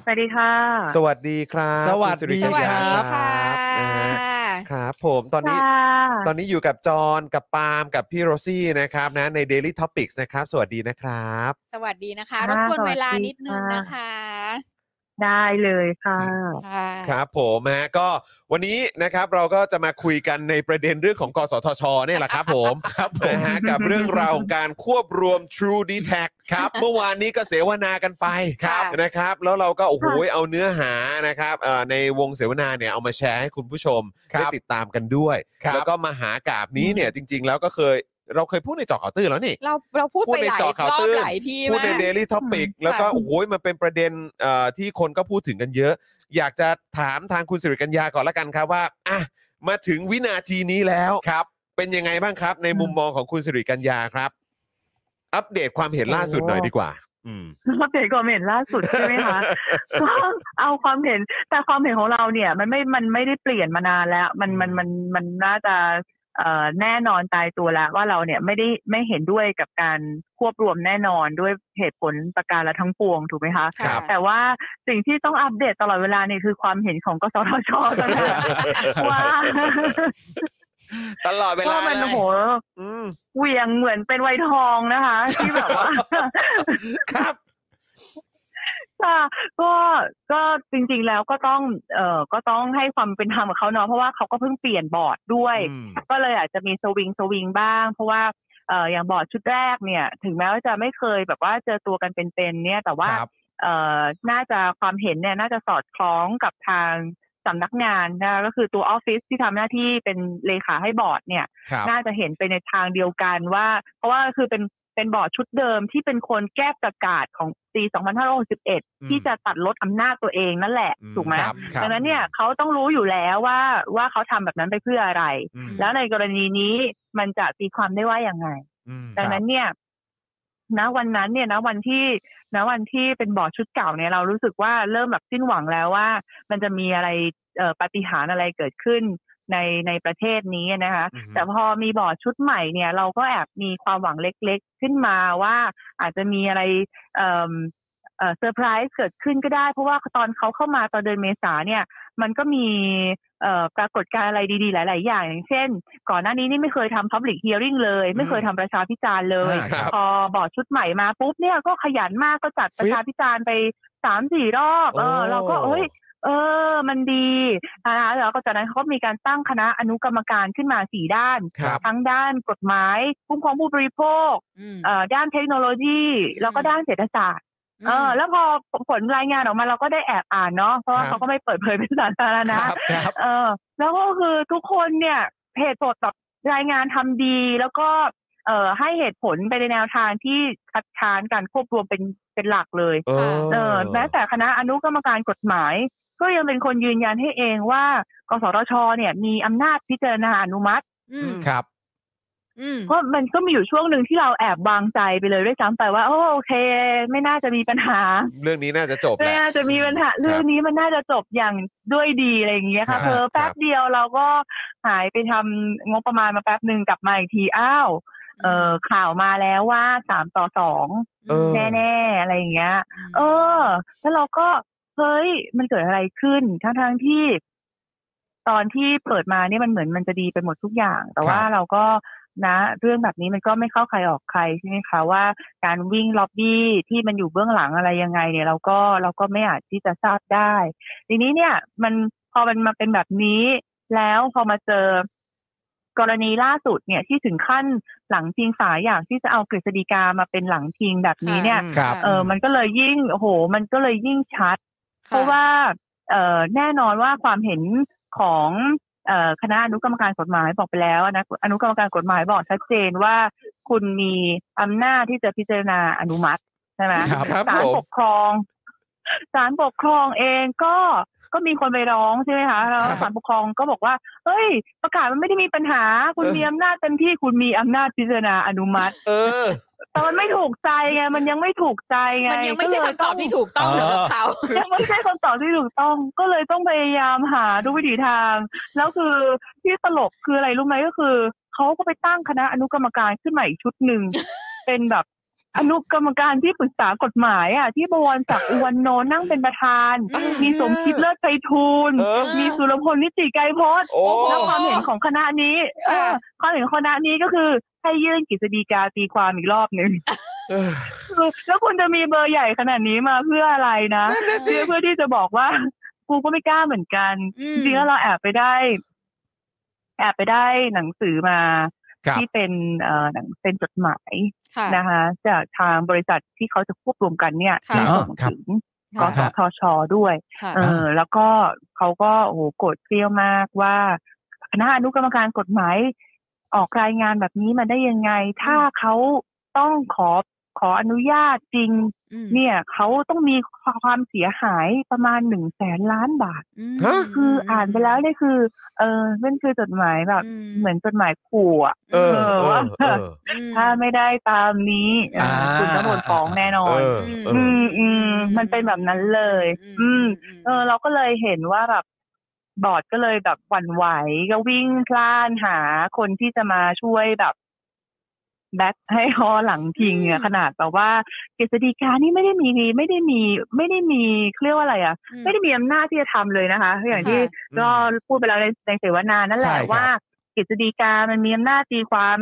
สวัสดีค่ะ สวัสดีครับ สวัสดี ณริ ส ยา วัส ครั ดี บ ค่ะ อ่าครับผมตอนนี้ ตอนนี้อยู่กับจอห์นกับปาล์มกับพี่โรซี่นะครับนะใน Daily Topics นะครับ สวัสดีนะครับ สวัสดีนะคะ ค่ะ รบกวนเวลา สวัสดี นิดนึง ค่ะ นะคะ ได้เลยค่ะ ค่ะ ครับผมฮะก็วันนี้นะครับเราก็จะมาคุยกันในประเด็นเรื่องของกสทชเนี่ยแหละครับผม ครับผม นะฮะกับเรื่องราวของการควบรวม True d e t a c ครับเมื่อวานนี้ก็เสวนากันไป ครับ นะครับแล้วเราก็โอ้โหเอาเนื้อหานะครับเอ่อในวงเสวนาเนี่ยเอามาแชร์ให้คุณผู้ชม ครับ ได้ติดตามกันด้วย ครับ แล้วก็มหากาบนี้เนี่ยจริง ๆ แล้วก็เคยเราเคยพูดในเจอข่าวตื้นแล้วนี่ เราเราพูด พูด ไป ใน หลาย เจาะข่าว รอ ตื้ บ น หลายที่ พูด มา ใน ก Daily Topic แล้วก็ ค่ะ โอ้โหมันเป็นประเด็นเอ่อที่คนก็พูดถึงกันเยอะ อยากจะถามทางคุณสิริกัญญาก่อนละกันครับว่าอ่ะมาถึงวินาทีนี้แล้วครับ เป็นยังไงบ้างครับในมุมมองของคุณสิริกัญญาครับ อัปเดตความเห็นล่าสุดหน่อยดีกว่า อืม ความเห็นความเห็นล่าสุดใช่ไหมคะ ก็เอาความเห็นแต่ความเห็นของเราเนี่ย มันไม่ มันไม่ได้เปลี่ยนมานานแล้ว มันมันมันมันน่าจะเอ่อแน่นอนตายตัวแล้วว่าเราเนี่ยไม่ได้ไม่เห็นด้วยกับการควบรวมแน่นอนด้วยเหตุผลประการละทั้งปวงถูกไหมคะ ครับ แต่ว่าสิ่งที่ต้องอัปเดตตลอดเวลาเนี่ยคือความเห็นของกสทชเท่านั้นว่า ตลอดเวลา ว่ามัน เล โอ้ ย โห อืม เหวี่ยงเหมือนเป็นไวทองนะคะ ที่แบบว่า ครับ ค่ะก็ก็จริงๆแล้วก็ต้องเอ่อก็ต้องให้ความเป็นธรรมกับเขาเนาะเพราะว่าเขาก็เพิ่งเปลี่ยนบอร์ดด้วย อืม ก็เลยอาจจะมีสวิงสวิงบ้าง เพราะว่าเอ่ออย่างบอร์ดชุดแรกเนี่ย ถึงแม้ว่าจะไม่เคยแบบว่าเจอตัวกันเป็นๆเนี่ย แต่ว่า ครับ เอ่อน่าจะความเห็นเนี่ยน่าจะสอดคล้องกับทางสำนักงานนะคะก็คือตัวออฟฟิศที่ทำหน้าที่เป็นเลขาให้บอร์ดเนี่ย ครับ น่าจะเห็นไปในทางเดียวกันว่า เพราะว่าคือเป็นเป็นบอร์ดชุดเดิมที่เป็นคนแก้ประกาศของปี 2561 ที่จะตัดลดอำนาจตัวเองนั่นแหละ อืม ถูกไหม ครับครับ ดังนั้นเนี่ยเขาต้องรู้อยู่แล้วว่าว่าเขาทำแบบนั้นไปเพื่ออะไร อืม แล้วในกรณีนี้มันจะตีความได้ว่าอย่างไง อืม ดังนั้นเนี่ยณวันนั้นเนี่ยณวันที่ณวันที่เป็นบอร์ดชุดเก่าเนี่ยเรารู้สึกว่าเริ่มแบบสิ้นหวังแล้วว่า มันจะมีอะไรเอ่อปาฏิหารย์อะไรเกิดขึ้นในในประเทศนี้นะคะ อือฮึ แต่พอมีบอร์ดชุดใหม่เนี่ย เราก็แอบมีความหวังเล็กๆ ขึ้นมาว่าอาจจะมีอะไรเอ่อเอ่อเซอร์ไพรส์เกิดขึ้นก็ได้ เพราะว่าตอนเขาเข้ามาตอนเดือนเมษาเนี่ย มันก็มีเอ่อปรากฏการณ์อะไรดีๆ หลาย ๆ อย่างอย่างเช่น ก่อนหน้านี้นี่ไม่เคยทำ Public Hearing เลย ไม่เคยทำประชาพิจารณ์เลย อ่าครับ พอบอร์ดชุดใหม่มาปุ๊บเนี่ยก็ขยันมากก็จัดประชาพิจารณ์ไปสามสี่รอบเออ โอ้ เราก็เอ้ย เออ มันดีนะคะแล้วก็จากนั้นเขาก็มีการตั้งคณะอนุกรรมการขึ้นมาสี่ด้าน ครับ ทั้งด้านกฎหมายคุ้มครองผู้บริโภค อืม เอ่อด้านเทคโนโลยี แล้วก็ อืม ด้านเศรษฐศาสตร์เออ ม แล้วพอผลรายงานออกมาเราก็ได้แอบอ่านเนาะเพราะว่า ครับ เขาก็ไม่เปิดเผยเป็นสาธารณะ ครับครับ เออแล้วก็คือทุกคนเนี่ยเหตุผลแบบรายงานทำดี แล้วก็เอ่อให้เหตุผลไปในแนวทางที่คัดค้านการควบรวมเป็นเป็นหลักเลย เออ เออแม้แต่คณะอนุกรรมการกฎหมาย ก็ยังเป็นคนยืนยันให้เองว่ากสทชเนี่ยมีอำนาจพิจารณาอนุมัติ อืม ครับ อืม ก็มันก็มีอยู่ช่วงหนึ่งที่เราแอบวางใจไปเลยด้วยซ้ำไปว่าโอ้โอเค ไม่น่าจะมีปัญหา เรื่องนี้น่าจะจบแห ไม่ ละ น่าจะมีปัญหาเรื่องนี้มันน่าจะจบอย่างด้วยดีอะไรอย่างเงี้ย ครั ค่ะ บ เธอแป๊บเดียวเราก็หายไปทำงบประมาณมาแป๊บหนึ่งกลับมาอีกทีอ้าวเออข่าวมาแล้วว่าสามต่อสอง เออ แน่ๆอะไรอย่างเงี้ย เออ แล้วเราก็เฮ้ยมันเกิดอะไรขึ้นทั้งทงๆที่ ตอนที่เปิดมาเนี่ยมันเหมือนมันจะดีไปหมดทุกอย่าง แต่ว่าเราก็นะ เรื่องแบบนี้มันก็ไม่เข้าใครออกใครใช่ไหมคะว่าการวิ่งล็อบบี้ที่มันอยู่เบื้องหลังอะไรยังไง เนี่ย เราก็เราก็ไม่อาจที่จะทราบได้ ทีนี้เนี่ย มันพอมันมาเป็นแบบนี้ แล้วพอมาเจอกรณีล่าสุดเนี่ยที่ถึงขั้นหลังพิงสายอยากที่จะเอากฤษฎีกามาเป็นหลังพิงแบบนี้เนี่ยคค่ะรับ เออมันก็เลยยิ่งโอ้โห มันก็เลยยิ่งชัด เพ ค่ ราะว่าเออแน่นอนว่าความเห็นของเอ่อคณะอนุกรรมการกฎหมายบอกไปแล้วนะอนุกรรมการกฎหมายบอกชัดเจนว่าคุณมีอำนาจที่จะพิจารณาอนุมัติใช่ไหม ครับ ครับ ศาล ผม ปกครองศาลปกครองเองก็ก็มีคนไปร้องใช่ไหมคะแล้ว ครับ ศาลปกครองก็บอกว่าเฮ้ย ประกาศมันไม่ได้มีปัญหา คุณ เออ มีอำนาจเต็มที่คุณมีอำนาจพิจารณาอนุมัติ เออ แต่มันไม่ถูกใจไง มันยังไม่ถูกใจไง มันยังไม่ใช่ ก็เลย คำตอบที่ถูกต้อง เออ สำหรับเขา ยังไม่ใช่คำตอบที่ถูกต้อง ก็เลยต้องพยายามหาทุกวิถีทาง แล้วคือที่ตลกคือ อะไรรู้ไหมก็คือ เขาก็ไปตั้งคณะอนุกรรมการขึ้นมาอีกชุดหนึ่ง เป็นแบบ อนุกรรมการที่ปรึกษากฎหมายอ่ะที่บวรศักดิ์อุวันโนนั่งเป็นประธาน อืม มีสมคิดเลิศไพฑูรย์ เออ มีสุรพลนิติไกรพจน์ โอ้ โอ้ แล้วความเห็นของคณะนี้เออความเห็นของคณะนี้ก็คือให้ยื่นกฤษฎีกาตีความอีกรอบหนึ่ง เออ คือแล้วคุณจะมีเบอร์ใหญ่ขนาดนี้มาเพื่ออะไรนะ นั่นนะสิ เพื่อเพื่อที่จะบอกว่า กูก็ไม่กล้าเหมือนกัน อื จ ม ริงๆแล้วเราแอบไปได้ แอบไปได้หนังสือมา ครับ ที่เป็นเอ่อหนังเป็นจดหมาย ค่ะ นะคะ จากทางบริษัทที่เขาจะควบรวมกันเนี่ย ค่ะ ส่ง ครับ ถึงก ค่ะ สทชด้วย ค่ะ เออ แล้วก็เขาก็โอ้โหโกรธเกรี้ยวมากว่าคณะอนุกรรมการกฎหมาย ออกรายงานแบบนี้มาได้ยังไง ถ้าเขาต้องขอขออนุญาตจริง ม เนี่ยเขาต้องมีความเสียหายประมาณหนึ่งแสนล้านบาท อืม ฮะ คืออ่านไปแล้วเนี่ยคือ เออนั่นคือจดหมายแบบเหมือนจดหมายขู่อะ เออเออเออ อื ถ้าไม่ได้ตามนี้เอ่ออา คุณต้องโดนฟ้องแน่นอน เออ เ อืมอืมมันเป็นแบบนั้นเลย อืม เออ เราก็เลยเห็นว่าแบบบอร์ดก็เลยแบบหวั่นไหวก็วิ่งพล่านหาคนที่จะมาช่วยแบบ แบ็คให้ฮอหลังพิงอะขนาดแบบว่ากฤษฎีกานี่ไม่ได้มีไม่ได้มี ไม่ได้มีเขาเรียกว่าอะไรอะ อื ไม่ได้มีอำนาจที่จะทำเลยนะคะ อย่างที่ ค่ะ ก็พูดไปแล้วในในเสวนานั่นแห ใช่ ละ ครับ ว่ากฤษฎีกามันมีอำนาจตีความ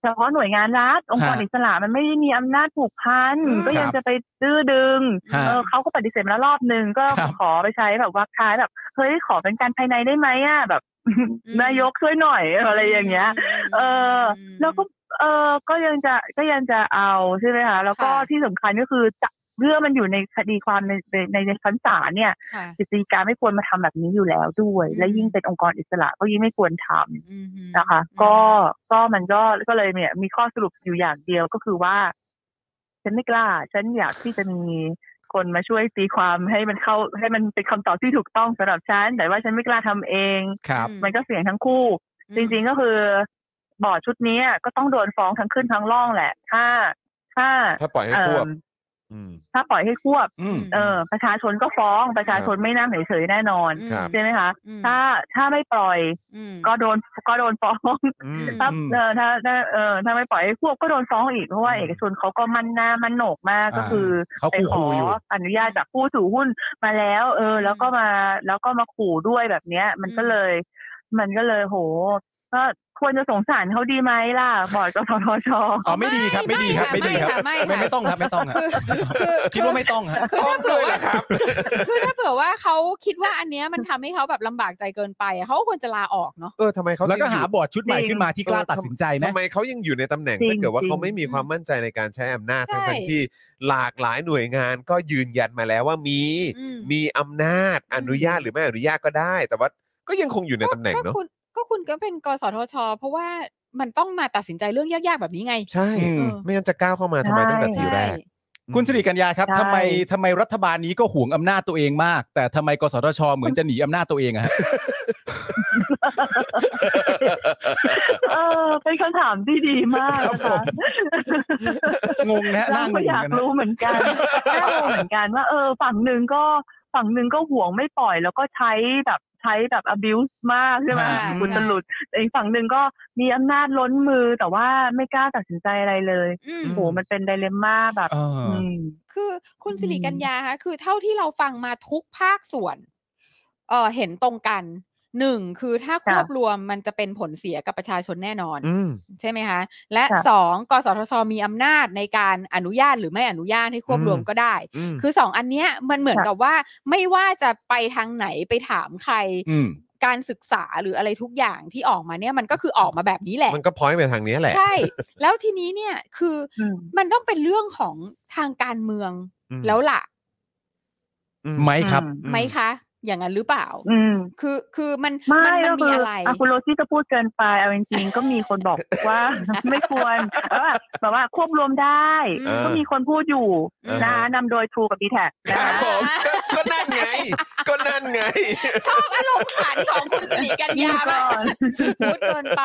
เฉพาะหน่วยงานรัฐองค์กร ฮะ อิสระมันไม่ได้มีอำนาจผูกพัน อืม ก็ยั ค ง รับ จะไปดื้อดึง ฮะ เออเขาก็ปฏิเสธมาแล้วรอบหนึ่งก็ ครับ ขอไปใช้แบบว่าท้ายแบบเฮ้ยขอเป็นการภายในได้ไหมอ่ะแบบ นายกช่วยหน่อยอะไรอย่างเงี้ย เออ แล้วก็เออก็ยังจะก็ยังจะเอาใช่ไหมคะแล้วก็ ค่ะ ที่สำคัญก็คือจะเรื่องมันอยู่ในคดีความในในในชั้นศาลเนี่ย ค่ะ กฤษฎีกาไม่ควรมาทำแบบนี้อยู่แล้วด้วย อืม และยิ่งเป็นองค์กรอิสระก็ยิ่งไม่ควรทำ อืม นะคะ อืม ก็ก็มันก็ก็เลยเนี่ย มีข้อสรุปอยู่อย่างเดียวก็คือว่า ฉันไม่กล้า ฉันอยากที่จะมีคนมาช่วยตีความให้มันเข้า ให้มันเป็นคำตอบที่ถูกต้องสำหรับฉัน แต่ว่าฉันไม่กล้าทำเอง ครับ มันก็เสี่ยงทั้งคู่ จริงๆก็คือบอร์ดชุดนี้ก็ต้องโดนฟ้องทั้งขึ้นทั้งล่องแหละ ถ้าถ้า ถ้าปล่อยให้ เอิ่ ควบ ม อืม ถ้าปล่อยให้ควบ อืม เออประชาชนก็ฟ้องประชาชนไม่นั่งเฉยๆแน่นอน อืม ครับ ใช่ไหมคะ อืม ถ้าถ้าไม่ปล่อย อืม ก็โดนก็โดนฟ้อง อืม ถ้า อืม เออถ้าถ้าเออถ้าไม่ปล่อยให้ควบก็โดนฟ้องอีกเพราะว่า อืม เอกชนเขาก็มั่นหน้ามั่นโหนกมากก็ อ่า คือ เขา ไป คู่ ขอครูอยู่ อนุญาตจากผู้ถือหุ้นมาแล้ว เออ อืม แล้วก็มาแล้วก็มาขู่ด้วยแบบเนี้ย มันก็ อืม เลย มันก็เลยโห ก็ควรจะสงสารเขาดีไหมล่ะบอร์ดกสทช อ๋อไม่ดีครับไม่ดีครับ ไม่ ไม่ดีครับ ค่ะไม่ค่ะ ไม่ไม่ต้องครับไม่ต้องครับ คือคือ คิดว่าไม่ต้องฮะ คือถ้าเผื่อว่า ครับ คือถ้าเผื่อว่าเขาคิดว่าอันเนี้ยมันทำให้เขาแบบลำบากใจเกินไปอะเขาก็ควรจะลาออกเนาะ เออทำไมเขา แล้วก็หา ยังอบ อร์ดชุดใหม่ขึ้นมาที่กล้าตัดสินใจ ยู่ทำไหมไมเขายังอยู่ในตำแหน่ง จริง ถ้าเกิดว่า จริง เขาไม่มีความมั่นใจในการใช้อำนาจ ใช่ ทั้งๆที่หลากหลายหน่วยงานก็ยืนยันมาแล้วว่ามี อืม มีอำนาจ อืม อนุญาตหรือไม่อนุญาตก็ได้ แต่ว่าก็ยังคงอยู่ในตำแหน่ง ก็ เนาะ คุณก็คุณก็เป็นกสทช เพราะว่ามันต้องมาตัดสินใจเรื่องยากๆแบบนี้ไง ใช่ อืม ไม่งั้นจะก้าวเข้ามาทำไมตั้งแต่ ใช่ ทีแรก คุณสิริกัญญาครับ ใช่ ทำไมทำไมรัฐบาลนี้ก็หวงอำนาจตัวเองมาก แต่ทำไมกสทช เหมือนจะหนีอำนาจตัวเองอะฮะ เออเป็นคำถามที่ดีมาก ครับ นะ ผ คะ ม งงนะฮะน่า เรา ง ก็ ง อยาก เหมือนกันนะ รู้เหมือน กันน่ารู้เหมือนกันว่าเออฝั่งหนึ่งก็ฝั่งหนึ่งก็ห่วงไม่ปล่อย แล้วก็ใช้แบบใช้แบบ abuse มากใช่ไหม อ่า คุณตลุดแต่อีกฝั่งหนึ่งก็มีอำนาจล้นมือแต่ว่าไม่กล้าตัดสินใจอะไรเลย อืม โอ้โหมันเป็นไดเลมม่าแบบ เออ ม คือคุณสิริ อืม กัญญาคะคือเท่าที่เราฟังมาทุกภาคส่วนเออเห็นตรงกันหนึ่งคือถ้าค ค่ะ วบรวมมันจะเป็นผลเสียกับประชาชนแน่นอน อืม ใช่ไหมคะ และ ค่ะ สองกสทชมีอำนาจในการอนุญาตหรือไม่อนุญาตให้ควบรวม อืม ก็ได้ อืม คือสองอันเนี้ยมันเหมือนกับว่าไม่ว่าจะไปทางไหนไปถามใคร อืม การศึกษาหรืออะไรทุกอย่างที่ออกมาเนี่ยมันก็คือออกมาแบบนี้แหละ มันก็พอยไปทางเนี้ยแหละ ใช่ แล้วทีนี้เนี่ยคืออ อืม มันต้องเป็นเรื่องของทางการเมือง อืม แล้วล่ะ อื ไหมครับ อื ไหมคะ อย่างนั้นหรือเปล่า อืม คือคือมัน ไม่ มั ก็ นมี คือ อะไร อ่ะคุณโรซี่ก็พูดเกินไปเอาจริงๆก็มีคนบอกว่า ไม่ควร แล้วแบบแบบว่าควบรวมได้ อืม ก็มีคนพูดอยู่ อืม นะคะนำโดยทรูกับดีแท็ก ค นะ รับ คะ ผมก็ก็นั่นไง ก็นั่นไง ชอบอารมณ์ขันของคุณสิริกัญญามากพูดเกินไป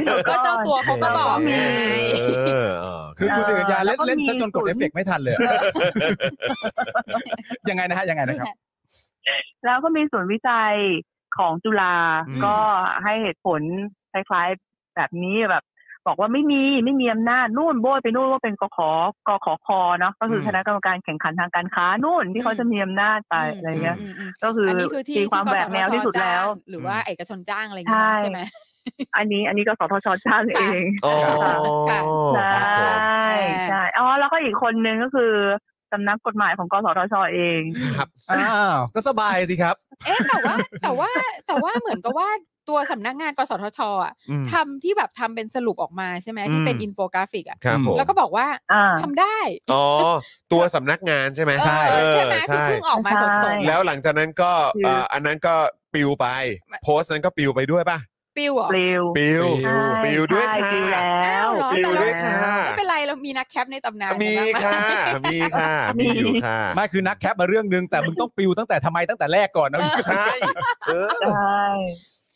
เดี๋ยวก่ ก็ อน เจ้าตัวเขาก็บอกไง เออเออ คือคุณสิริกัญญา แล้วนก็เล่เล่น มี ซะจนกด ศูนย์ เอฟเฟกต์ไม่ทันเลยอะยังไงนะฮะยังไงนะครับ แล้วก็มีศูนย์วิจัยของจุฬา อืม ก็ให้เหตุผลคล้ายๆแบบนี้แบบ บอกว่าไม่มีไม่มีอำนาจนู่นโบยไปนู่นว่าเป็นกขกขคเนาะก็คืออ ม คณะกรรมการแข่งขันทางการค้านู่นที่เขาจะมีอำนาจไป ม อะไรเงี้ย มม ก็คือ อั อน นี้คือที่ ตีความ ที่ แบบแนว กสท ที่สุดแล้ว จ้างหรือว่าเอกชนจ้างอะไรอย่าง ใช่ เงี้ยใช่ไหม อันนี้อันนี้ก็สทชจ้างเอง อ๋อ ค่ะ ใช ครับผ่ ม ใช่อ๋อแล้วก็อีกคนนึงก็คือสำนักกฎหมายของกสทชเอง ครับ อ้าวก็สบายสิครับ เอ๊ะแต่ว่าแต่ว่าแต่ว่าเหมือนกับว่าตัวสำนักงานกสทชอ่ะ อืม ทำที่แบบทำเป็นสรุปออกมาใช่ไหมที่เป็น อืม อินโฟกราฟิกอ่ะ ครับผม แล้วก็บอกว่า อ่า ทำได้ อ๋อ ตัวสำนักงานใช่ไหม เอ เอ อ อ ใช่ไหมคือ ใช่ เพิ่งออกมาส ใช่ ดๆ แล้วหลังจากนั้นก็ คืออ่ เอ่ออันนั้นก็ปิวไป โพสต์นั้นก็ปิวไปด้วยป่ะ ปิวเหรอ ปลิว ปิวใช่ปิปิวด้วย ใช่ ค่ะ ปิวแล้วปิวอ้าวเหรอด้วยค่ะ ไม่เป็นไรเรามีนักแคปในตำนาน มี น ค่ะ มีค่ะ มีอยู่ค่ะ ไม่คือนักแคปมาเรื่องนึงแต่มึงต้องปิวตั้งแต่ทำไมตั้งแต่แรกก่อนนะ ใช่เออ ใช่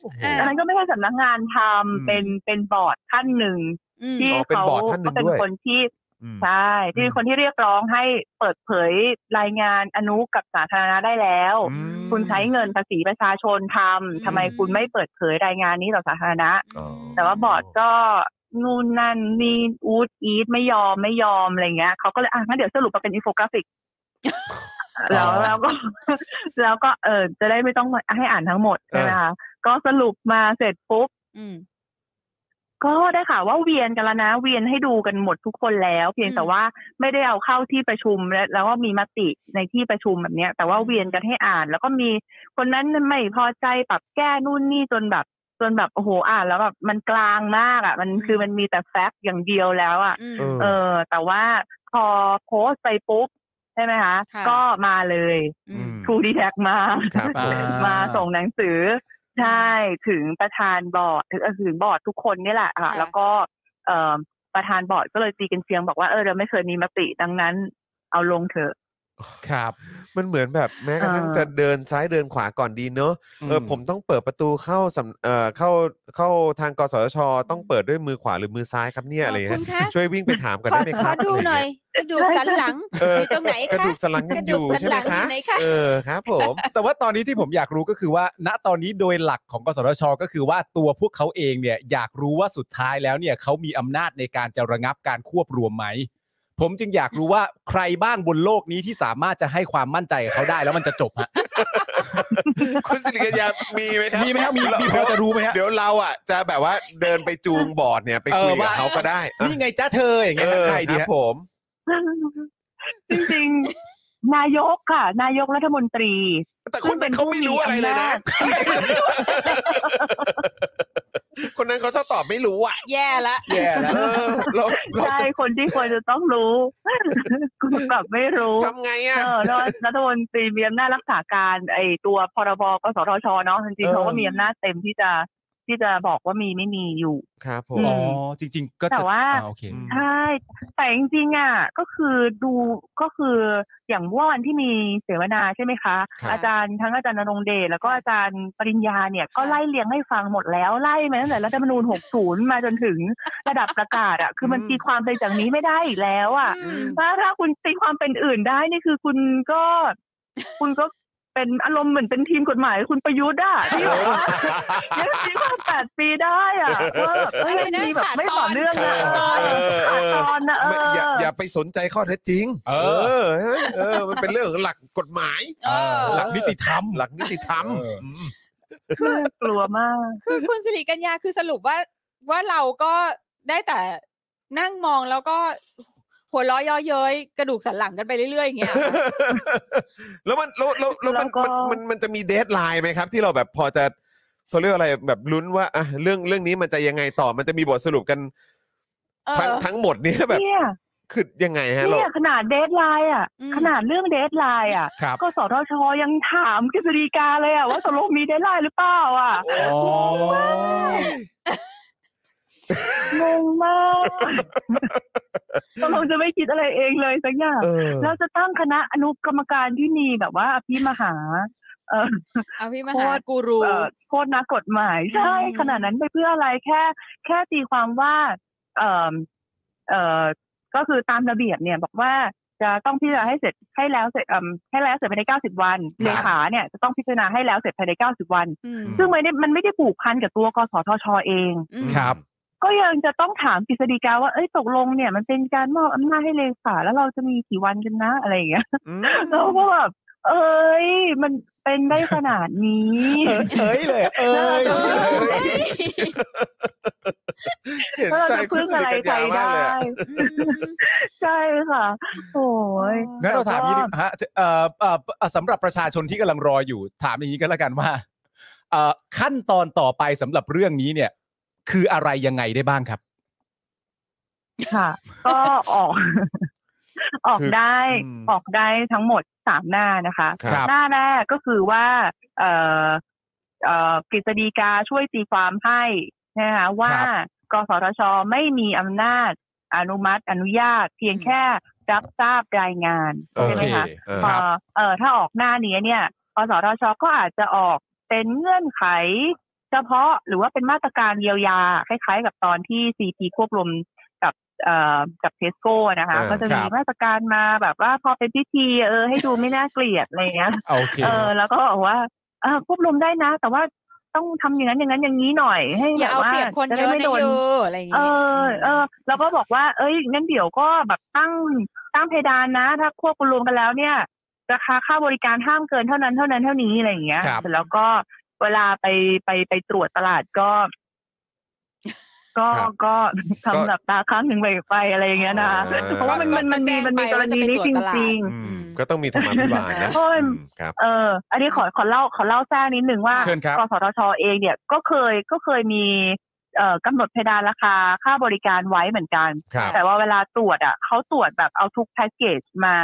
โอ้โห อันนั้นก็ไม่ใช่สำนักงานทำ ม เป็นเป็นบอร์ดท่านหนึ่ง อืม ที่ อ๋อเป็น เขา บอร์ดท่านหนึ่ ก็เป็นงด้วย คนที่ อืม ใช่ที่เป็นคนที่เรียกร้องให้เปิดเผยรายงานอนุกับสาธารณะได้แล้ว อืม คุณใช้เงินภาษีประชาชนทำทำไมคุณไม่เปิดเผยรายงานนี้ต่อสาธารณะ อ๋อ แต่ว่าบอร์ดก็นู่นนั่นนี่อูดอีทไม่ยอมไม่ยอมอะไรเงี้ยเขาก็เลยอ่ะงั้นเดี๋ยวสรุปมาเป็นอินโฟกรา ฟิก แล้วแล้วก็ แล้วก็เออจะได้ไม่ต้องมาให้อ่านทั้งหมดใช่ไหมคะก็สรุปมาเสร็จปุ๊บ อืม ก็ได้ข่าวว่าเวียนกันแล้วนะ เวียนให้ดูกันหมดทุกคนแล้ว เพียง อืม แต่ว่าไม่ได้เอาเข้าที่ประชุมและแล้วก็มีมติในที่ประชุมแบบเนี้ย แต่ว่า อืม เวียนกันให้อ่าน แล้วก็มีคนนั้นไม่พอใจปรับแก้นู่นนี่จนแบบจนแบบโอ้โหอ่านแล้วแบบมันกลางมากอ่ะ มันคือมันมีแต่แฟกต์อย่างเดียวแล้วอ่ะ อืม เออ เออ แต่ว่าพอโพสต์ไปปุ๊บใช่ไหมคะ ค่ะ ก็มาเลย อืม ทูดีแท็กมา ครับผม อ่าม มาส่งหนังสือ ใช่ ถึงประธานบอร์ดถึงเอ่อถึงบอร์ดทุกคนเนี่ยแหละค่ะ ค่ะ แล้วก็เอ่อประธานบอร์ดก็เลยตีกันเชียงบอกว่าเออเราไม่เคยมีมติดังนั้น เอาลงเถอะ ครับ มันเหมือนแบบแม้กระทั่ง เออ จะเดินซ้ายเดินขวาก่อนดีเนอะเออผมต้องเปิดประตูเข้าสำเอ่อเข้าเข้าทางกสทชต้องเปิดด้วยมือขวาหรือมือซ้ายครับเนี่ยอะไรเงี้ย คุณคะ ช่วยวิ่งไปถามกัน ขอ ได้ไหม ข ค อ รับ ดูหน่อยกระดูกสันหลัง เออ อยู่ตรงไหน กระ คะ ดูกสันหลังยังอยู่ใช่ไหม กระดูกสันหลังอยู่ คะ ไหนคะ เออครับผม แต่ว่าตอนนี้ที่ผมอยากรู้ก็คือว่า ณตอนนี้โดยหลักของกสทช ก็คือว่าตัวพวกเขาเองเนี่ยอยากรู้ว่าสุดท้ายแล้วเนี่ยเขามีอำนาจในการจะระงับการควบรวมไหม ผมจึงอยากรู้ว่าใครบ้างบนโลกนี้ที่สามารถจะให้ความมั่นใจกับเขาได้แล้วมันจะจบฮะ คุณสิริกัญญามีไหมครับ มีไหมฮะมีมีพ เรา อจะรู้ไหมฮะ เดี๋ยวเราอ่ะจะแบบว่าเดินไปจูงบอร์ดเนี่ยไป เออ คุยกับ ว่า เขาก็ได้อ่ะ นี่ไงจ้าเธออย่าง เอ เงี้ย อ ใคร ค ดี รับ ฮะ ผม จริงๆ นายกค่ะ นายกรัฐมนตรี แต่คนนั้นเขาไม่รู้อะไรเลยนะ คนนั้นเขาชอบตอบไม่รู้อ่ะ แย่ละ แย่แล้ว เออเราเรา ใช่คนที่ควรจะต้องรู้ คุณกลับไม่รู้ ทำไงอ่ะ เออแล้วรัฐมนตรีมีอำนาจรักษาการไอตัวพรบกสทชเนาะจริง เอๆอเขาก็มีอำนาจเต็มที่จะที่จะบอกว่ามีไม่มีอยู่ ครับผม อื อ๋อ ม จริง ๆ ก็จะ แต่ว่า อ่โอเค อืม ใช่แต่จริงๆอ่ะก็คือดูก็คืออย่างเมื่อวันที่มีเสวนาใช่ไหมคะ ครับ อาจารย์ทั้งอาจารย์นรงค์เดชแล้วก็ ค่ะ อาจารย์ปริญญาเนี่ยก็ ค่ะ ไล่เลียงให้ฟังหมดแล้วไล่มาตั้งแต่รัฐธรรมนูญ 60 มาจนถึงระดับประกาศอ่ะคือมันตีความไปจากนี้ไม่ได้อีกแล้วอ่ะ อืม ถ้าถ้าคุณตีความเป็นอื่นได้นี่คือคุณก็ คุณก็เป็นอารมณ์เหมือนเป็นทีมกฎหมาย คุณประยุทธ์อะที่แบบว่าเนี่ยตีความแปดปีได้อะว่าแบบเอ้ย อะไรนะ มีแบบไม่ต่อเนื่องนะ ขาดตอน เออขาดตอนนะเอ ไม่อย่า อ อย่าไปสนใจข้อเท็จจริง เออ เออเออ มันเป็นเรื่องของหลักกฎหมาย เออ หลักนิติธรรม หลักนิติธรรม เอออื ม กลัวมาก คือคุณสิริกัญญาคือสรุปว่าว่าเราก็ได้แต่นั่งมองแล้วก็ หัวล้อเย่อเย้ยกระดูกสันหลังกันไปเรื่อยๆอย่างเงี้ย แล้วมันแล้วแล้วแล้วมัน แล้วก็ มันมันมันจะมีเดทไลน์ไหมครับ ที่เราแบบพอจะเขาเรียกอะไรแบบลุ้นว่าอ่ะเรื่องเรื่องนี้มันจะยังไงต่อมันจะมีบทสรุปกัน เอ ทั้ง อ ทั้งหมดเนี้ยแบบ เนี่ย คือยังไงฮะเรา เนี่ยขนาดเดทไลน์อะ อืม ขนาดเรื่องเดทไลน์อะ ครับ ก็สทชยังถามกฤษฎีกาเลยอะว่าตกลงมีเดทไลน์หรือเปล่าอะ อ๋อ งง มากตกลงจะไม่คิดอะไรเองเลยสักอย่าง เออ เราจะตั้งคณะอนุกรรมการที่มีแบบว่าอภิมหา เอ่อ เอาพี่ม โค หา ตร กูรู เอ่อโทษนะกฎหมาย ใช่ อืม ขนาดนั้นไปเพื่ออะไรแค่ แค่ตีความว่า เอ่อเอ่อก็คือตามระเบียบเนี่ย บอกว่าจะต้องพิจารณาให้เสร็จให้แล้วเสร็จเอ่มให้แล้วเสร็จภายในเก้าสิบวัน ค เล รับ ขาเนี่ยจะต้องพิจารณาให้แล้วเสร็จภายในเก้าสิบวัน อืม ซึ่งมันไม่ได้มันไม่ได้ผูกพันกับตัวกสทชเอง อืม ครับ ก็ยังจะต้องถามกฤษฎีกาว่าเอ้ยตกลงเนี่ยมันเป็นการมอบอำนาจให้เลขาแล้วเราจะมีกี่วันกันนะอะไรอย่างเงี้ย อืม เราก็แบบเอ้ยมันเป็นได้ขนาดนี้ เออเอ้ยเลยเอ้ย เอ เห็น แล้วเรา ใจ จะ คุณ พึ่ง สิ อะ ริ ไร กัญ ใคร ญามาก ได้ เลยใช่อะค่ะ โอ้ย งั้นเราถามอย่างนี้ดิฮะเอ่อเอ่อเอ่อสำหรับประชาชนที่กำลังรออยู่ ถามอย่างนี้ก็แล้วกันว่าเอ่อขั้นตอนต่อไปสำหรับเรื่องนี้เนี่ย คืออะไรยังไงได้บ้างครับ ค่ะ ก็ออก ออกได้ อืม ออกได้ทั้งหมดสามหน้านะคะ ครับ หน้าแรกก็คือว่า เอ่อเอ่อกฤษฎีกาช่วยตีความให้นะคะว่า ครับ กสทชไม่มีอำนาจอนุมัติอนุญาต เพียงแค่รับทราบรายงาน โอ ใช่ไห เค มคะพเอออเออถ้าออกหน้านี้เนี่ยกสทชก็อาจจะออกเป็นเงื่อนไข เฉพาะหรือว่าเป็นมาตรการเยียวยา คล้ายๆ กับตอนที่ซีพีควบรวมกับเอ่อกับเทสโก้นะคะ เออ ก็จะมี ครับ มาตรการมาแบบว่าพอเป็นพิธีเออให้ดูไม่น่าเกลียดอะไรอย่างเงี้ย โอเค เออแล้วก็บอกว่าเออควบรวมได้นะ แต่ว่าต้องทำอย่างนั้นอย่างนั้นอย่างนี้หน่อยให้ อ แบ ย่า บ เอา ว่า เปรียบคน จะได้เยอะ ไม่ นะ โดน เยอะอะไรอย่าง เอ เงี้ย อเออแล้วก็บอกว่า เอ้ยงั้นเดี๋ยวก็แบบตั้งตั้งเพดานนะ ถ้าควบรวมกันแล้วเนี่ย ราคาค่าบริการห้ามเกินเท่านั้นเท่านั้นเท่านี้อะไรอย่างเงี้ย ครับ เสร็จแล้วก็เวลาไปไปไปตรวจตลาด ก็ ก็ ครับ ก็ ก็ ทำแบบตาค้างหนึ่งไปไปอะไรอย่างเงี้ยนะคะ อ่ เพราะว่ามันมันมันมีมันมีกรณีนี้จริง อืมก็ต้องมีธรรมาภิบาลนะ เพราะมัน อืมครับ ๆเออ อันนี้ขอขอเล่าขอเล่าแท้นิดนึงว่า เชิญครับ กสทชเองเนี่ยก็เคยก็เคยมีเอ่อกำหนดเพดานราคาค่าบริการไว้เหมือนกัน ครับ แต่ว่าเวลาตรวจอ่ะเขาตรวจแบบเอาทุกแพ็กเกจมา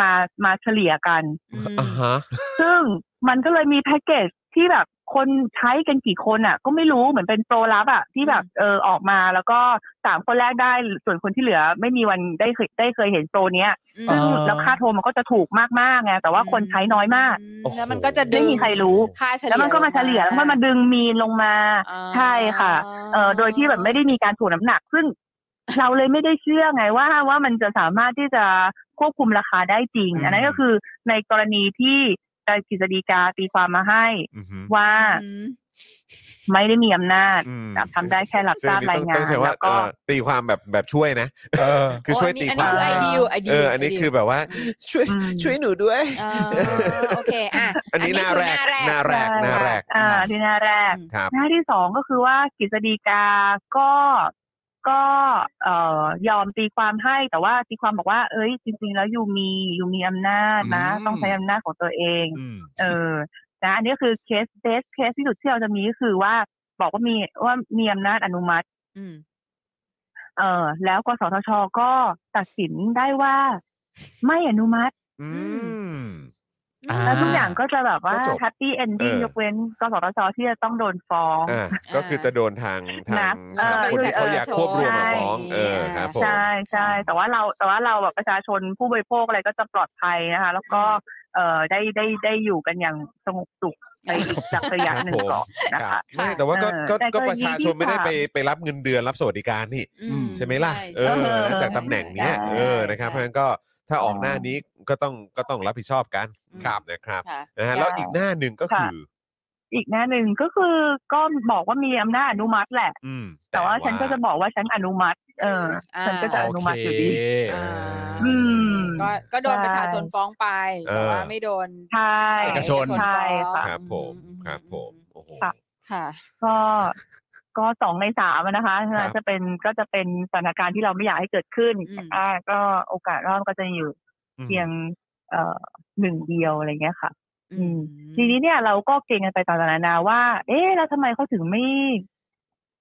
มามาเฉลี่ยกัน อืม อ่าฮะ ซึ่งมันก็เลยมีแพ็กเกจที่แบบคนใช้กันกี่คนอ่ะ ก็ไม่รู้เหมือนเป็นโปรลับอ่ะที่แบบเออออกมาแล้วก็สามคนแรกได้ส่วนคนที่เหลือ ไม่มีวันได้เคยได้เคยเห็นโปรเนี้ย อ่า ซึ่งแล้วค่าโทรมันก็จะถูกมากๆไงแต่ว่าคนใช้น้อยมาก โอ้โห แล้วมันก็จะดึ ไม่ ง มีใครรู้ ค่าเฉลี่ย แล้วมันก็มาเฉลี่ยแล้วมันมาดึงมีนลงมา อ่า ใช่ค่ะ เออโดยที่แบบไม่ได้มีการถูกน้ำหนัก ซึ่ง เราเลยไม่ได้เชื่อไงว่าว่ามันจะสามารถที่จะควบคุมราคาได้จริง อืม อันนั้นก็คือในกรณีที่กฤษฎีกาตีความมาให้ อือฮึ ว่า อืม ไม่ได้มีอำนาจ อืม ทำได้แค่รับ ซึ่ ท ง รา อั บ นนี้ รายงาต้องต้อนงใช้ว่า แล้วก็ เอ่อตีความแบบแบบช่วยนะ เออ คือช่วยตี อัน ค นี้ วาม คือไอเดียไอเดีย เอออันนี้คือแบบว่า ช่วย อืม ช่วยหนูด้วย อ่าโอเคอ่ะ อันนี้หน้าแรก คือ หน้าแรกหน้าแรก อ่าที่หน้าแรก ครับ หน้าที่สองก็คือว่ากฤษฎีกาก็ก็เอ่อยอมตีความให้แต่ว่าตีความบอกว่า เอ้ย จริง ๆ แล้วอยู่มีอยู่มีอำนาจนะ อืม ต้องใช้อำนาจของตัวเอง อืม เออนะอันนี้ก็คือเคสเบสเคสที่สุดที่เราจะมีก็คือว่าบอกว่ามีว่ามีอำนาจอนุมัติ อืม เออแล้วกสทชก็ตัดสินได้ว่า ไม่อนุมัติ อืม อ่า แล้วทุกอย่างก็จะแบบว่า ก็จบ แฮปปี้เอนดิ้ง เออ ยกเว้นกสทชที่จะต้องโดนฟ้อง อ่าก็คือจะโดนทางทาง นับ ทาง เออ คนที่เขาอยาก เออ ควบรวมมาฟ้องเออครับผม ใช่ใช่แต่ว่าเราแต่ว่าเราแบบประชาชนผู้บริโภคอะไรก็จะปลอดภัยนะคะ แล้วก็เอ่อได้ได้ได้อยู่กันอย่างสงบสุขในอีกสักระยะหนึ่งก่อนนะ ครั คะ บ ไม่แต่ว่าก็ เออ ก็ แต่ ก็ กรณี ประชาชนไม่ได้ไปไปรับเงินเดือนรับสวัสดิการนี่ อื ใช่ไหมล่ะเออ เออ นะจากตำแหน่งเนี้ย ใช่ เออนะครับเพราะใช่ฉะนั้นก็ถ้าออกหน้านี้ก็ต้องก็ต้องรับผิดชอบกัน ครับ นะครับ ค่ะ นะฮะแล้วอีกหน้าหนึ่งก็คือ อีกหน้าหนึ่งก็คือก็บอกว่ามีอำนาจอนุมัติแหละ อืม แต่ว่าฉันก็จะบอกว่าฉันอนุมัติ เออ อ่า ฉันก็จะอนุมัติอยู่ดี อ่า อืม ก็ก็โดนประชาชนฟ้องไปแต่ว่าไม่โดน ใช่ เอกชน ใช่ ฟ้อง ค่ะ ครับผมครับผมโอ้โห ค่ะ ค่ะ ก็ก็สองในสามอะนะคะ ครับ จะเป็นก็จะเป็นสถานการณ์ที่เราไม่อยากให้เกิดขึ้น อืม อ่าก็โอกาสรอดก็จะอยู่เพียงเอ่อหนึ่งเดียวอะไรเงี้ยค่ะ อืม ทีนี้เนี่ยเราก็เกรงกันไปต่างๆนานาว่า เอ๊ะแล้วทำไมเขาถึงไม่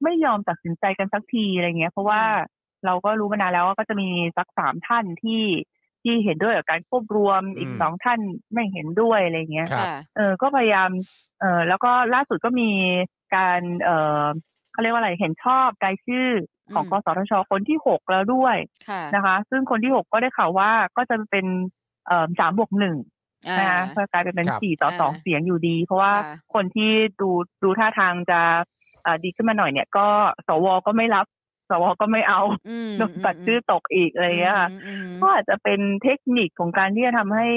ไม่ยอมตัดสินใจกันสักทีอะไรเงี้ย เพราะว่าเราก็รู้มานานแล้วว่าก็จะมีสักสามท่านที่ที่เห็นด้วยกับการควบรวม อืม อีกสองท่านไม่เห็นด้วยอะไรเงี้ย ครับ ค่ะ เออก็พยายาม เออแล้วก็ล่าสุดก็มีการเออเขาเรียกว่าอะไรเห็นชอบรายชื่อของ อืม กสทชคนที่หกแล้วด้วย ค่ะ นะคะ ซึ่งคนที่หกก็ได้ข่าวว่าก็จะเป็นเอ่อสามบวกหนึ่ง อ่า นะคะก็กลายเป็นเป็น ครับ สี่ต่อสอง อ่า เสียงอยู่ดี เพราะว่า ค่ะ คนที่ดูดูท่าทางจะเอ่อดีขึ้นมาหน่อยเนี่ย ก็สวก็ไม่รับ สวก็ไม่เอา อืม โดน ตัดชื่อตกอีกอะไรอย่างเงี้ยค่ะ มอืม ก็อาจจะเป็นเทคนิคของการที่จะทำให้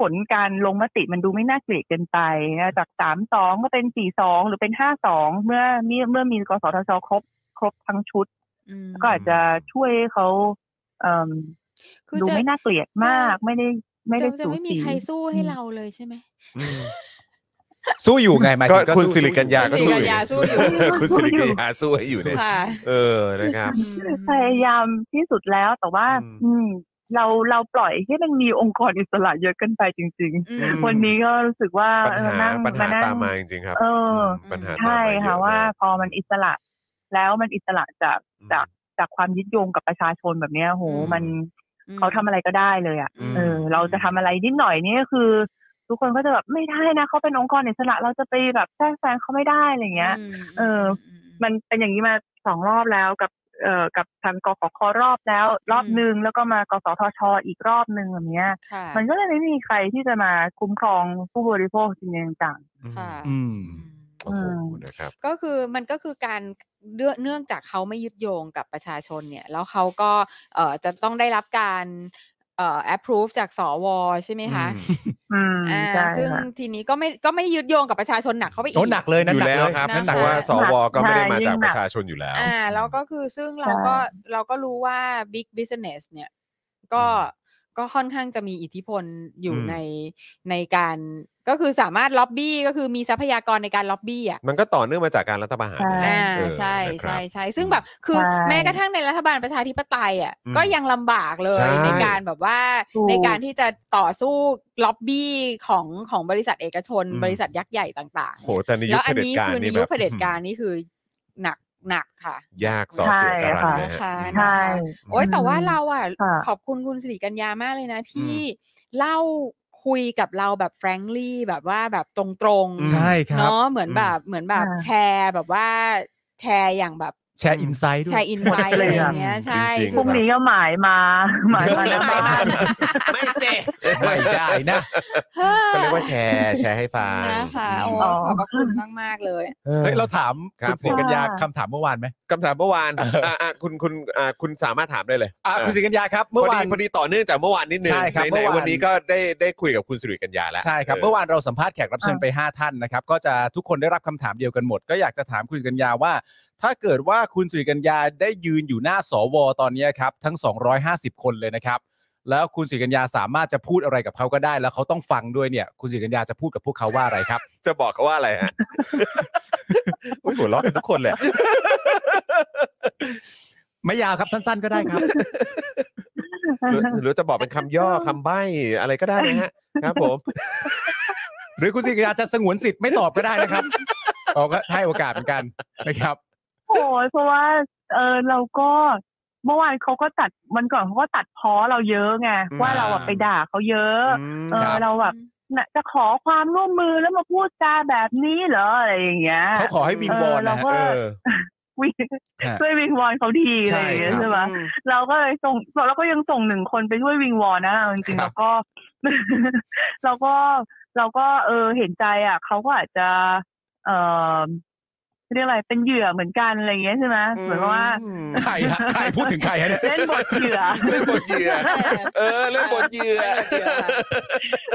ผลการลงมติมันดูไม่น่าเกลียดเกินไปนะจากสามสองก็เป็นสี่สองหรือเป็นห้าสองเมื่อมีเมื่อมีกสทชครบค ครบทั้งชุด อืม ก็อาจจะช่วยให้เขาเอิ่ม คือ ดู จะ ไม่น่าเกลียดมาก ใช่ ไม่ได้ไม่ได้ จะจะ สู ไม่มี สี ใครสู้ให้เราเลยใช่ไหม สู้อยู่ไงหมาย ก็ ถึง คุณ สู้ สิริกัญญาก็ คุณสิริ สู้ กัญญาสู้อยู่ คุณสิริกัญญาสู้ให้อยู่เนี่ย ค่ะ เออนะครับ พยายามที่สุดแล้วแต่ว่า อืม อืม เราเราปล่อยให้มันมีองค์กรอิสระเยอะเกินไปจริง อืม ๆ วันนี้ก็รู้สึกว่า ปัญ เออ หา นั่ง ปัญหา นั่ง ตามมาจริงๆครับ เอออ มปัญหาตาม ใช่ มาเยอ ค่ะ มก ว่าพอมันอิสระแล้วมันอิสระจาก อืม จากจากความยึดโยงกับประชาชนแบบเนี้ยโห อืม มันเขาทำอะไรก็ได้เลยอ่ะ อืม เออ เราจะทำอะไรนิดหน่อยนี่ก็คือ ทุกคนก็จะแบบไม่ได้นะเขาเป็นองค์กรอิสระเราจะไปแบบแทรกแซงเขาไม่ได้อะไรเงี้ย ม เออ มันเป็นอย่างนี้มาสองรอบแล้วกับเอ่อกับทางกขครอบแล้ว รอบหนึ่งแล้วก็มากสทชอีกรอบหนึ่งแบบเนี้ย ค่ะ มันก็เลยไม่มีใครที่จะมาคุ้มครองผู้บริโภคจริงๆจัง ค่ะ อืม อืม โอ้โหนะครับ ก็คือมันก็คือการเนื่องเนื่องจากเขาไม่ยึดโยงกับประชาชนเนี่ย แล้วเขาก็เอ่อจะต้องได้รับการเอ่อ approve จากสวใช่ไหมคะ อืม อ่า ใช่ ซึ่ง ค่ะ ทีนี้ก็ไม่ก็ไม่ยึดโยงกับประชาชนหนักเข้าไปอีก โอ้หนักเลยนะ อยู่ หนัก แล้ว เ ครับ หนัก เพราะว่า หนัก สวก็ไม่ได้มา ใช่ จาก ยิ่ง ป หนัก ระชาชนอยู่แล้ว อ่าแล้วก็คือซึ่งเรา ใช่ ก็เราก็รู้ว่า big business เนี่ย ก็ก็ค่อนข้างจะมีอิทธิพลอยู่ อืม ในในการก็คือสามารถล็อบบี้ก็คือมีทรัพยากรในการล็อบบี้อ่ะ มันก็ต่อเนื่องมาจากการรัฐประหาร ใช่ นะ อ่า เออ ใช่ นะครับ ใช่ใช่ซึ่งแบบคือ ใช่ แม้กระทั่งในรัฐบาลประชาธิปไตยอ่ะ อืม ก็ยังลำบากเลย ใช่ ในการแบบว่า ถูก ในการที่จะต่อสู้ล็อบบี้ของของบริษัทเอกชน บริษัทยักษ์ใหญ่ต่างๆ โหแต่ในยุ แล้ คว เผ อัน ด็จ นี้ การ คือใน นี่แบ ยุค บ เผด็จการนี่คือหนักหนักค่ะ ยากสอเสือการันนะฮะ ใช่ค่ะ ใช่ โอ้ยแต่ว่าเราอ่ะ ค่ะ ขอบคุณคุณสิริกัญญามากเลยนะ อื ที่ ม เล่าคุยกับเราแบบแฟรงลี่แบบว่าแบบตรง อืม ใช่ครับ เนาะเหมือนแบบเหมือนแบบ ค่ะ แชร์แบบว่าแชร์อย่างแบบ แชร์อินไซด์ด้วย แชร์อินไซต์อะไรอย่างเงี้ยใช่ จริงๆ พรุ่งนี้ก็หมายมาหมาย คือ มาหไม่น้า หมาย บ้า บ้าน น ไม่เสร็จ ไม่ได้นะ ก็เรียกว่าแชร์แชร์ให้ฟัง นะคะโอ้ อ๋อ ขอบพระคุณมาก ๆ เลย เฮ้ยเราถาม ครั คุ บ ณสิริกัญญา ผม คำถามเมื่อวานไหม คำถามเมื่อวาน เอออ่ ะอ่ะคุณคุณอ่ะคุณสามารถถามได้เลย อ่ะ อ่ะ คุณสิริกัญญาครับ เมื่อวาน พอดีพอดีต่อเนื่องจากเมื่อวานนิดนึง ใช่ครับ ไห เมื่ น อๆวาน วันนี้ก็ได้ได้คุยกับคุณสิริกัญญาแล้ว ใช่ครับ เมื่อวานเราสัมภาษณ์แขกรับเชิญไป 5 ท่านนะครับ ก็จะทุกคนได้รับคำถามเดียวกันหมด ก็อยากจะถามคุณสิริกัญญาว่า ถ้าเกิดว่าคุณสิริกัญญาได้ยืนอยู่หน้าสวตอนเนี้ยครับ ทั้ง 250 คนเลยนะครับ แล้วคุณสิริกัญญาสามารถจะพูดอะไรกับเขาก็ได้ แล้วเขาต้องฟังด้วยเนี่ย คุณสิริกัญญาจะพูดกับพวกเขาว่าอะไรครับ จะบอกเขาว่าอะไรฮะ โอ้ยหัวเราะกันทุกคนเลย ไม่ยาวครับสั้นๆ ก็ได้ครับ หรือหรือจะบอกเป็นคำย่อคำใบ้อะไรก็ได้นะฮะ ครับผม หรือคุณสิริกัญญาจะสงวนสิทธิ์ไม่ตอบก็ได้นะครับเราก็ให้โอกาสเหมือนกันนะครับ โอ้ยเพราะว่าเออเราก็เมื่อวานเขาก็ตัดมันก่อนเขาก็ตัดพ้อเราเยอะไง อืม ว่าเราอะไปด่าเขาเยอะ เอ ครั อบ เราแบบน่ะจะขอความร่วมมือแล้วมาพูดจาแบบนี้เหรออะไรอย่างเงี้ย เขาขอให้วิงวอนนะเออเราฮะก็ เออ วิ ฮะ ช่วยวิงวอนเขาทีอะไรอย่างเงี้ย ใช่ครับ ใช่ไหมเราก็เลยส่งเราก็ยังส่งหนึ่งคนไปช่วยวิงวอนนะเอาจริงๆ คเรารับก็ เราก็เราก็เออเห็นใจอ่ะเขาก็อาจจะ เออเรียกอะไรเป็นเหยื่อเหมือนกันอะไรอย่างเงี้ยใช่ไหมเหมือนกับว่า ใครฮะใครพูดถึงใครฮะเนี่ย เล่นบทเห ยื่อ เล่นบทเหยื่อ เออเล่นบทเหยื่อ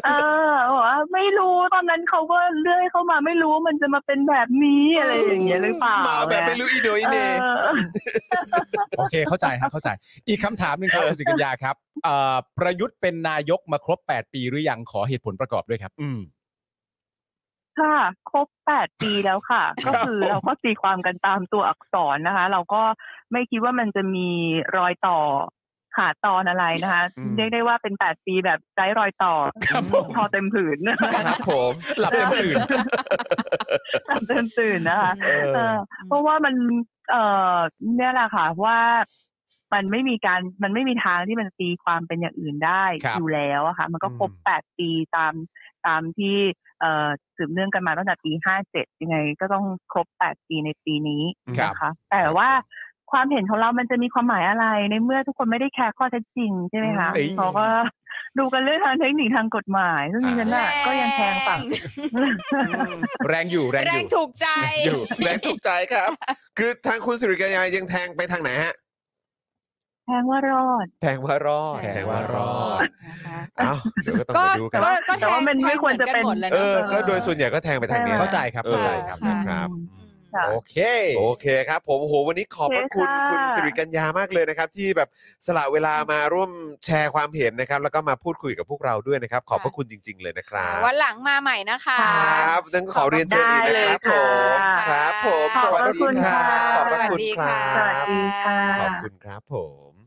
เออบอกว่าไม่รู้ตอนนั้นเขาก็เลื่อยเข้ามาไม่รู้ว่ามันจะมาเป็นแบบนี้อะไรอย่างเงี้ยหรือเปล่า มาแบบไม่รู้อีโหนอีเหน เออ โอเค เข้าใจฮะเข้าใจ อีกคำถามหนึ่งครับ คุณสิริกัญญาครับเอ่อประยุทธ์เป็นนายกมาครบ 8 ปีหรือยังขอเหตุผลประกอบด้วยครับ อืม ค่ะครบแปดปีแล้วค่ะ ครั ก็ บ คือ ผม เราก็ตีความกันตามตัวอักษรนะคะ เราก็ไม่คิดว่ามันจะมีรอยต่อขาดตอนอะไรนะคะ อืม เรียกได้ว่าเป็นแปดปีแบบไร้รอยต่อ ครับผม พอเต็มผืน ครับผม หลับเต็มตื่น เต็มตื่นนะคะ เออ เออเพราะว่ามันเอ่อเนี่ยแหละค่ะว่ามันไม่มีการมันไม่มีทางที่มันตีความเป็นอย่างอื่นได้ ครับ อยู่แล้วอะค่ะ มันก็ครบ อืม แปดปีตามตามที่เอ่อสืบเนื่องกันมาตั้งแต่ปีห้าเจ็ดยังไง ก็ต้องครบแปดปีในปีนี้นะคะแต่ว่าความเห็นของเรามันจะมีความหมายอะไรในเมื่อทุกคนไม่ได้แคร์ข้อเท็จจริงใช่ไหมคะ เอ้ย เขาก็ดูกันเรื่องทางเทคนิคทางกฎหมายซึ่งดิฉันน่ะก็ยังแคร์ฝั่ง แรงอยู่แรง แร อง ยู่ ถูกใจ อยู่แรงถูกใจครับ คือทางคุณสิริกัญญายังแทงไปทางไหนฮะ แทงว่ารอด แทงว่ารอด แทงว่ารอด นะคะ เอ้าเดี๋ยวก็ต้อง ก็ มาดูกัน ก็ก็ แต่ว่ามันไม่ควรจะเป็น แทงหมือกัหดแหละ เออนะก็โดยส่วนใหญ่ก็แทงไปทางเนี้ย ใช่ไหม เข้าใจครับ เออ เข้าใจครับ นะครับ อืม ค่ะ โอเค โอเคครับผมโอ้โหวันนี้ขอบพระคุณ โอเคค่ะ คุณสิริกัญญามากเลยนะครับ ที่แบบสละเวลามาร่วมแชร์ความเห็นนะครับ แล้วก็มาพูดคุยกับพวกเราด้วยนะครับ ขอบพระคุณจริง ๆ เลยนะครับ วันหลังมาใหม่นะคะ ครับดังขอเรียนเชิญอีกนะได้ครับผ เลย ม ค่ะ ครับผม ข ส อบ วัส พระ ดี คุณ ครับ ค่ะ ขอบพระคุณครั สวัส บ ดีค่ะ ขอบคุณครับผม